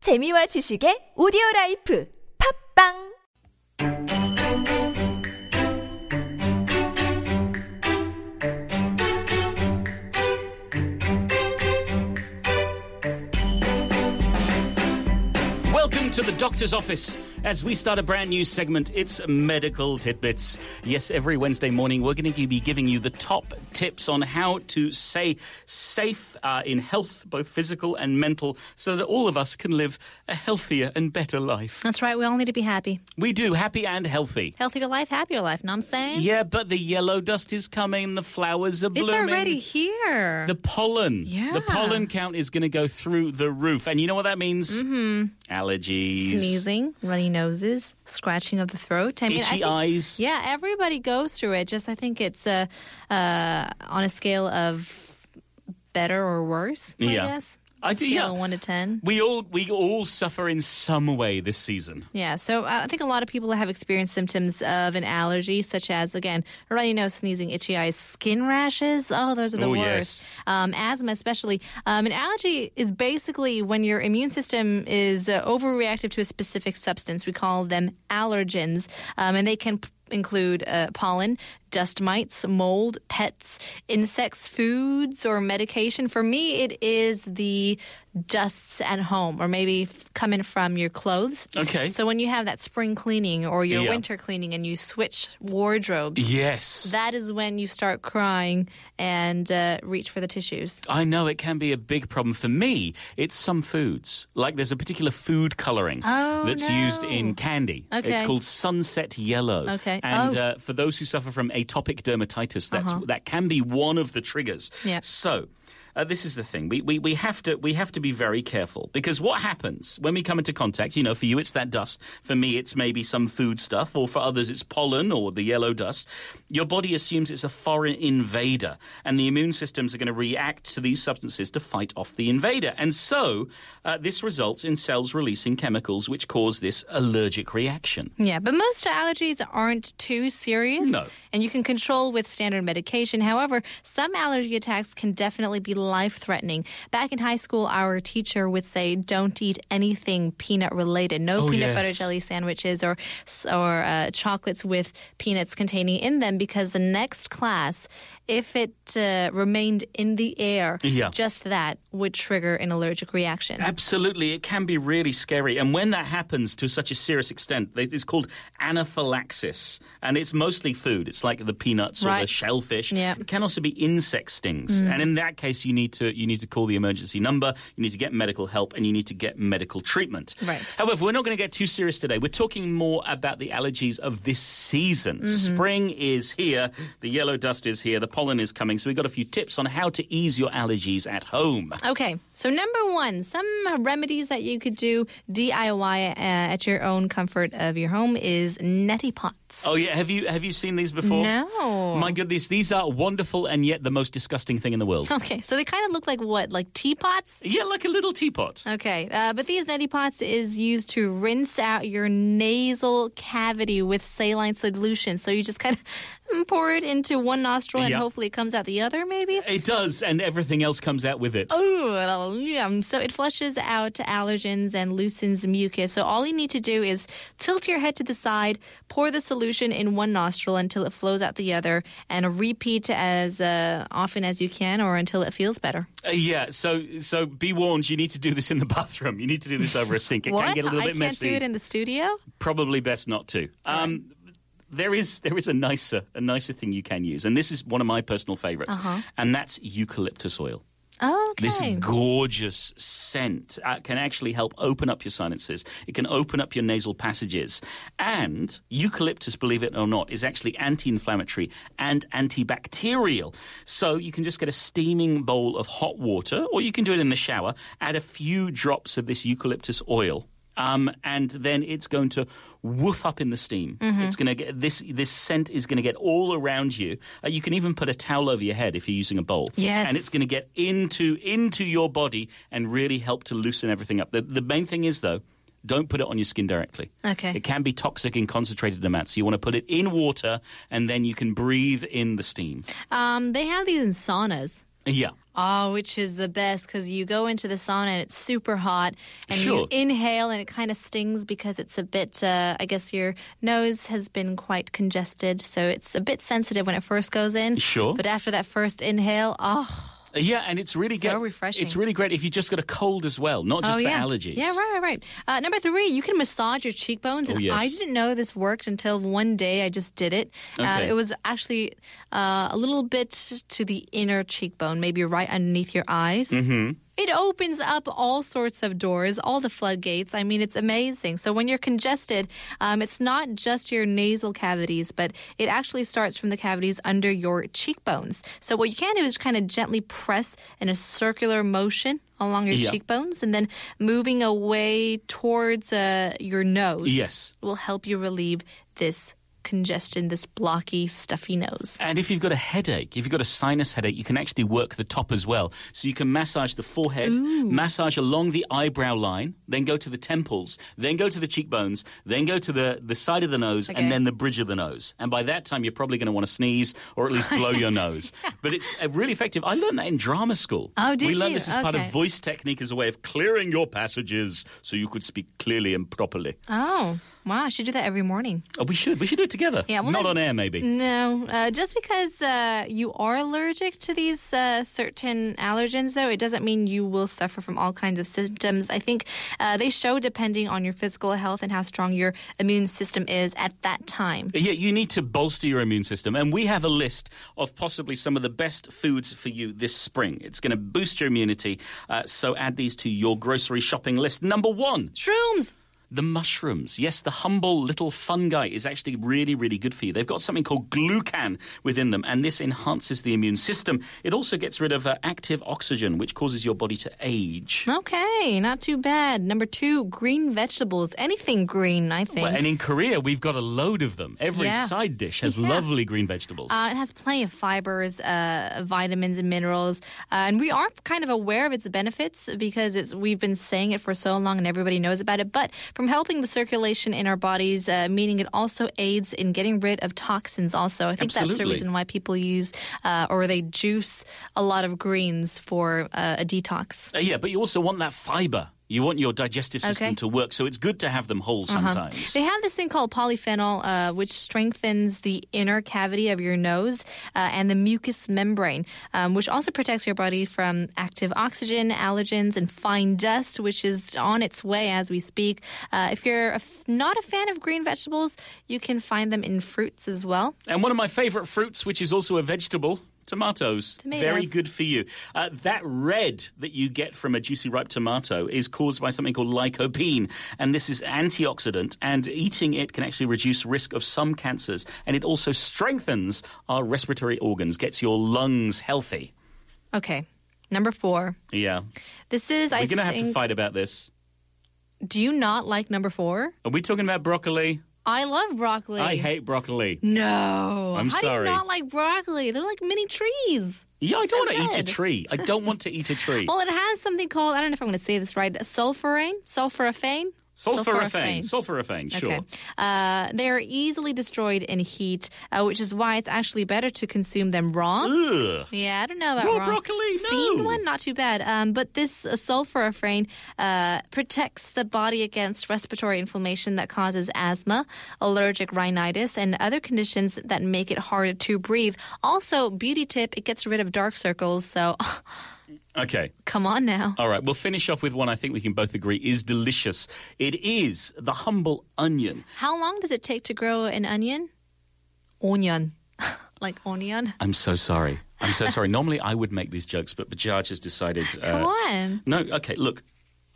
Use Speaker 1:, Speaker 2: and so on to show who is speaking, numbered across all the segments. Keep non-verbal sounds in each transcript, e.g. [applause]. Speaker 1: 재미와 지식의 오디오 라이프 팝빵
Speaker 2: Welcome to the doctor's office. As we start a brand new segment, it's medical tidbits. Yes, every Wednesday morning, we're going to be giving you the top tips on how to stay safe uh, in health, both physical and mental, so that all of us can live a healthier and better life.
Speaker 3: That's right. We all need to be happy.
Speaker 2: We do, happy and healthy.
Speaker 3: Healthier life, happier life. Know what I'm saying?
Speaker 2: Yeah, but the yellow dust is coming, the flowers are
Speaker 3: It's
Speaker 2: blooming.
Speaker 3: already here.
Speaker 2: The pollen.
Speaker 3: Yeah.
Speaker 2: The pollen count is going to go through the roof. And you know what that means? Mm-hmm. Allergies.
Speaker 3: Sneezing, runny noses, scratching of the throat. I mean, I
Speaker 2: Itchy
Speaker 3: think-
Speaker 2: eyes.
Speaker 3: Yeah, everybody goes through it. Just I think it's uh, uh, on a scale of better or worse. I
Speaker 2: Yeah.
Speaker 3: guess.
Speaker 2: I
Speaker 3: A
Speaker 2: do,
Speaker 3: Scale
Speaker 2: yeah.
Speaker 3: of one to ten.
Speaker 2: We all we all suffer in some way this season.
Speaker 3: Yeah, so uh, I think a lot of people have experienced symptoms of an allergy, such as, again, runny nose, sneezing, itchy eyes, skin rashes. Oh, those are the
Speaker 2: Oh,
Speaker 3: worst.
Speaker 2: yes.
Speaker 3: Um, asthma, especially. Um, an allergy is basically when your immune system is uh, overreactive to a specific substance. We call them allergens, um, and they can p- include uh, pollen. Dust mites, mold, pets, insects, foods, or medication. For me, it is the dusts at home, or maybe f- coming from your clothes.
Speaker 2: Okay.
Speaker 3: So when you have that spring cleaning or your
Speaker 2: Yeah.
Speaker 3: winter cleaning and you switch wardrobes,
Speaker 2: Yes.
Speaker 3: that is when you start crying and uh, reach for the tissues.
Speaker 2: I know it can be a big problem for me. It's some foods. Like there's a particular food coloring
Speaker 3: Oh,
Speaker 2: that's used
Speaker 3: no.
Speaker 2: in candy. It's
Speaker 3: Okay.
Speaker 2: called sunset yellow.
Speaker 3: Okay.
Speaker 2: And
Speaker 3: Oh.
Speaker 2: uh, for those who suffer from atopic dermatitis, that's that can be one of the triggers.
Speaker 3: Yeah.
Speaker 2: So uh, this is the thing. We, we, we have to we have to be very careful because what happens when we come into contact? You know, for you it's that dust. For me, it's maybe some food stuff, or for others it's pollen or the yellow dust. Your body assumes it's a foreign invader, and the immune systems are going to react to these substances to fight off the invader. And so, uh, this results in cells releasing chemicals which cause this allergic reaction.
Speaker 3: Yeah, but most allergies aren't too serious.
Speaker 2: No.
Speaker 3: And you can control with standard medication. However, some allergy attacks can definitely be life threatening. Back in high school, our teacher would say, don't eat anything peanut related. No
Speaker 2: Oh,
Speaker 3: peanut
Speaker 2: yes.
Speaker 3: butter jelly sandwiches or, or uh, chocolates with peanuts containing in them because the next class, if it uh, remained in the air,
Speaker 2: Yeah.
Speaker 3: just that would trigger an allergic reaction.
Speaker 2: Absolutely, it can be really scary. And when that happens to such a serious extent, they- it's called anaphylaxis. And it's mostly food. It's like the peanuts or the
Speaker 3: Right.
Speaker 2: shellfish.
Speaker 3: Yeah. Mm.
Speaker 2: It can also be insect stings. And in that case, you need to you need to call the emergency number, you need to get medical help and you need to get medical treatment.
Speaker 3: Right.
Speaker 2: However, we're not going to get too serious today. We're talking more about the allergies of this season.
Speaker 3: Mm-hmm.
Speaker 2: Spring is here, the yellow dust is here, the pollen is coming. So we've got a few tips on how to ease your allergies at home.
Speaker 3: Okay, so number one, some remedies that you could do DIY uh, at your own comfort of your home is neti pots.
Speaker 2: Oh yeah, have you have you seen these before?
Speaker 3: No.
Speaker 2: My goodness, these are wonderful and yet the most disgusting thing in the world.
Speaker 3: Okay, so they kind of look like what, like teapots?
Speaker 2: yeah, like a little teapot.
Speaker 3: Okay, uh, but these neti pots is used to rinse out your nasal cavity with saline solution. So you just kind of [laughs] pour it into one nostril and
Speaker 2: Yeah.
Speaker 3: hopefully it comes out the other, maybe.
Speaker 2: It does, and everything else comes out with it.
Speaker 3: Ooh, it'll- yum. Um, So it flushes out allergens and loosens mucus. So all you need to do is tilt your head to the side, pour the solution in one nostril until it flows out the other, and repeat as uh, often as you can or until it feels better.
Speaker 2: Uh, yeah, so so be warned, you need to do this in the [laughs] bathroom. You need to do this over a sink. It
Speaker 3: what?
Speaker 2: can get a little
Speaker 3: I
Speaker 2: bit
Speaker 3: can't
Speaker 2: messy.
Speaker 3: do it in the studio.
Speaker 2: Probably best not to. Um, there is there is a nicer a nicer thing you can use, and this is one of my personal favorites,
Speaker 3: Uh-huh.
Speaker 2: and that's eucalyptus oil.
Speaker 3: Oh,
Speaker 2: This
Speaker 3: okay.
Speaker 2: gorgeous scent uh, can actually help open up your sinuses. It can open up your nasal passages. And eucalyptus, believe it or not, is actually anti inflammatory and antibacterial. So you can just get a steaming bowl of hot water, or you can do it in the shower, add a few drops of this eucalyptus oil. Um, and then it's going to woof up in the steam.
Speaker 3: Mm-hmm.
Speaker 2: It's going to get this. This scent is going to get all around you. Uh, you can even put a towel over your head if you're using a bowl.
Speaker 3: Yes.
Speaker 2: and it's going to get into into your body and really help to loosen everything up. The, the main thing is though, don't put it on your skin directly.
Speaker 3: Okay.
Speaker 2: It can be toxic in concentrated amounts. So you want to put it in water and then you can breathe in the steam.
Speaker 3: um, they have these in saunas.
Speaker 2: Yeah.
Speaker 3: Oh, which is the best because you go into the sauna and it's super hot, and
Speaker 2: Sure.
Speaker 3: you inhale and it kind of stings because it's a bit. Uh, I guess your nose has been quite congested, so it's a bit sensitive when it first goes in.
Speaker 2: Sure.
Speaker 3: but after that first inhale, oh,
Speaker 2: Yeah, and it's really
Speaker 3: So
Speaker 2: good.
Speaker 3: refreshing.
Speaker 2: It's really great if you just got a cold as well, not just
Speaker 3: oh
Speaker 2: for
Speaker 3: yeah,
Speaker 2: allergies.
Speaker 3: yeah, right, right, right. Uh, number three, you can massage your cheekbones,
Speaker 2: Oh,
Speaker 3: and
Speaker 2: yes.
Speaker 3: I didn't know this worked until one day I just did it. Uh,
Speaker 2: Okay.
Speaker 3: it was actually uh, a little bit to the inner cheekbone, maybe right underneath your eyes. It opens up all sorts of doors, all the floodgates. I mean, it's amazing. So when you're congested, um, it's not just your nasal cavities, but it actually starts from the cavities under your cheekbones. So what you can do is kind of gently press in a circular motion along your
Speaker 2: Yeah.
Speaker 3: cheekbones, and then moving away towards uh, your nose.
Speaker 2: Yes.
Speaker 3: will help you relieve this congestion, this blocky, stuffy nose.
Speaker 2: And if you've got a headache, if you've got a sinus headache, you can actually work the top as well. So you can massage the forehead, massage along the eyebrow line, then go to the temples, then go to the cheekbones, then go to the, the side of the nose,
Speaker 3: Okay.
Speaker 2: and then the bridge of the nose. And by that time, you're probably going to want to sneeze or at least blow
Speaker 3: [laughs]
Speaker 2: your nose. But it's uh, really effective. I learned that in drama school.
Speaker 3: Oh, did
Speaker 2: We learned
Speaker 3: you?
Speaker 2: this as part of
Speaker 3: Okay.
Speaker 2: voice technique as a way of clearing your passages so you could speak clearly and properly.
Speaker 3: Oh, wow! I should do that every morning.
Speaker 2: Oh, we should. We should do it together.
Speaker 3: Yeah, well,
Speaker 2: Not
Speaker 3: then-
Speaker 2: on air, maybe.
Speaker 3: No, uh, just because uh, you are allergic to these uh, certain allergens, though, it doesn't mean you will suffer from all kinds of symptoms. I think uh, they show depending on your physical health and how strong your immune system is at that time.
Speaker 2: Yeah, you need to bolster your immune system. And we have a list of possibly some of the best foods for you this spring. It's going to boost your immunity. Uh, so add these to your grocery shopping list. Number one,
Speaker 3: Shrooms!
Speaker 2: the mushrooms. Yes, the humble little fungi is actually really, really good for you. They've got something called glucan within them, and this enhances the immune system. It also gets rid of uh, active oxygen, which causes your body to age.
Speaker 3: Okay, not too bad. Number two, green vegetables. Anything green, I think.
Speaker 2: Well, and in Korea, we've got a load of them. Every
Speaker 3: Yeah.
Speaker 2: side dish has
Speaker 3: Yeah.
Speaker 2: lovely green vegetables.
Speaker 3: Uh, it has plenty of fibers, uh, vitamins, and minerals, uh, and we are kind of aware of its benefits because it's we've been saying it for so long, and everybody knows about it. But from helping the circulation in our bodies, uh, meaning it also aids in getting rid of toxins. Also, I think that's the
Speaker 2: Absolutely.
Speaker 3: reason why people use uh, or they juice a lot of greens for uh, a detox.
Speaker 2: Uh, yeah, but you also want that fiber. You want your digestive system
Speaker 3: Okay. Uh-huh.
Speaker 2: to work, so it's good to have them whole sometimes.
Speaker 3: [laughs] They have this thing called polyphenol, uh, which strengthens the inner cavity of your nose uh, and the mucous membrane, um, which also protects your body from active oxygen, allergens, and fine dust, which is on its way as we speak. Uh, if you're a f- not a fan of green vegetables, you can find them in fruits as well.
Speaker 2: And one of my favorite fruits, which is also a vegetable, tomatoes.
Speaker 3: Tomatoes.
Speaker 2: Very good for you. Uh, that red that you get from a juicy ripe tomato is caused by something called lycopene, and this is antioxidant, and eating it can actually reduce risk of some cancers, and it also strengthens our respiratory organs, gets your lungs healthy.
Speaker 3: Okay, number four.
Speaker 2: Yeah.
Speaker 3: This is I
Speaker 2: We're going to have to
Speaker 3: think-
Speaker 2: fight about this.
Speaker 3: Do you not like number four?
Speaker 2: Are we talking about broccoli?
Speaker 3: I love broccoli.
Speaker 2: I hate broccoli.
Speaker 3: No,
Speaker 2: I'm
Speaker 3: How
Speaker 2: sorry.
Speaker 3: do you not like broccoli? They're like mini trees.
Speaker 2: Yeah, I don't
Speaker 3: so
Speaker 2: want to eat a
Speaker 3: good.
Speaker 2: tree. I don't
Speaker 3: [laughs]
Speaker 2: want to eat a tree.
Speaker 3: Well, it has something called I don't know if I'm going to say this right. Sulfurane, sulforaphane,
Speaker 2: Sulforaphane. Sulforaphane, sure.
Speaker 3: Okay. Uh, they are easily destroyed in heat, uh, which is why it's actually better to consume them raw.
Speaker 2: Ugh.
Speaker 3: Yeah, I don't know about
Speaker 2: Raw
Speaker 3: raw.
Speaker 2: broccoli,
Speaker 3: Steamed
Speaker 2: no.
Speaker 3: one, not too bad. Um, but this uh, sulforaphane uh, protects the body against respiratory inflammation that causes asthma, allergic rhinitis, and other conditions that make it harder to breathe. Also, beauty tip: it gets rid of dark circles. So, [laughs]
Speaker 2: Okay.
Speaker 3: come on now.
Speaker 2: All right. We'll finish off with one I think we can both agree is delicious. It is the humble onion.
Speaker 3: How long does it take to grow an onion? Onion. [laughs] like onion.
Speaker 2: I'm so sorry. I'm so
Speaker 3: [laughs]
Speaker 2: sorry. Normally I would make these jokes, but Bajaj has decided. Uh,
Speaker 3: Come on.
Speaker 2: No, okay, look.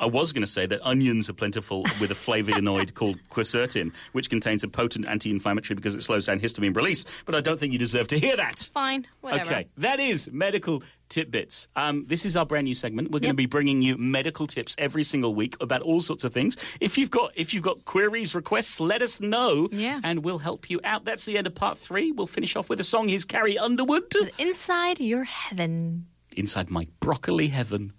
Speaker 2: I was going to say that onions are plentiful with a
Speaker 3: [laughs]
Speaker 2: flavonoid called quercetin, which contains a potent anti inflammatory because it slows down histamine release, but I don't think you deserve to hear that.
Speaker 3: Fine. Whatever.
Speaker 2: Okay, that is medical tidbits. Um, this is our brand new segment. We're going to
Speaker 3: Yep.
Speaker 2: be bringing you medical tips every single week about all sorts of things. If you've got if you've got queries, requests, let us know,
Speaker 3: Yeah.
Speaker 2: and we'll help you out. That's the end of part three. We'll finish off with a song. Here's Carrie Underwood
Speaker 3: Inside your heaven.
Speaker 2: inside my broccoli heaven.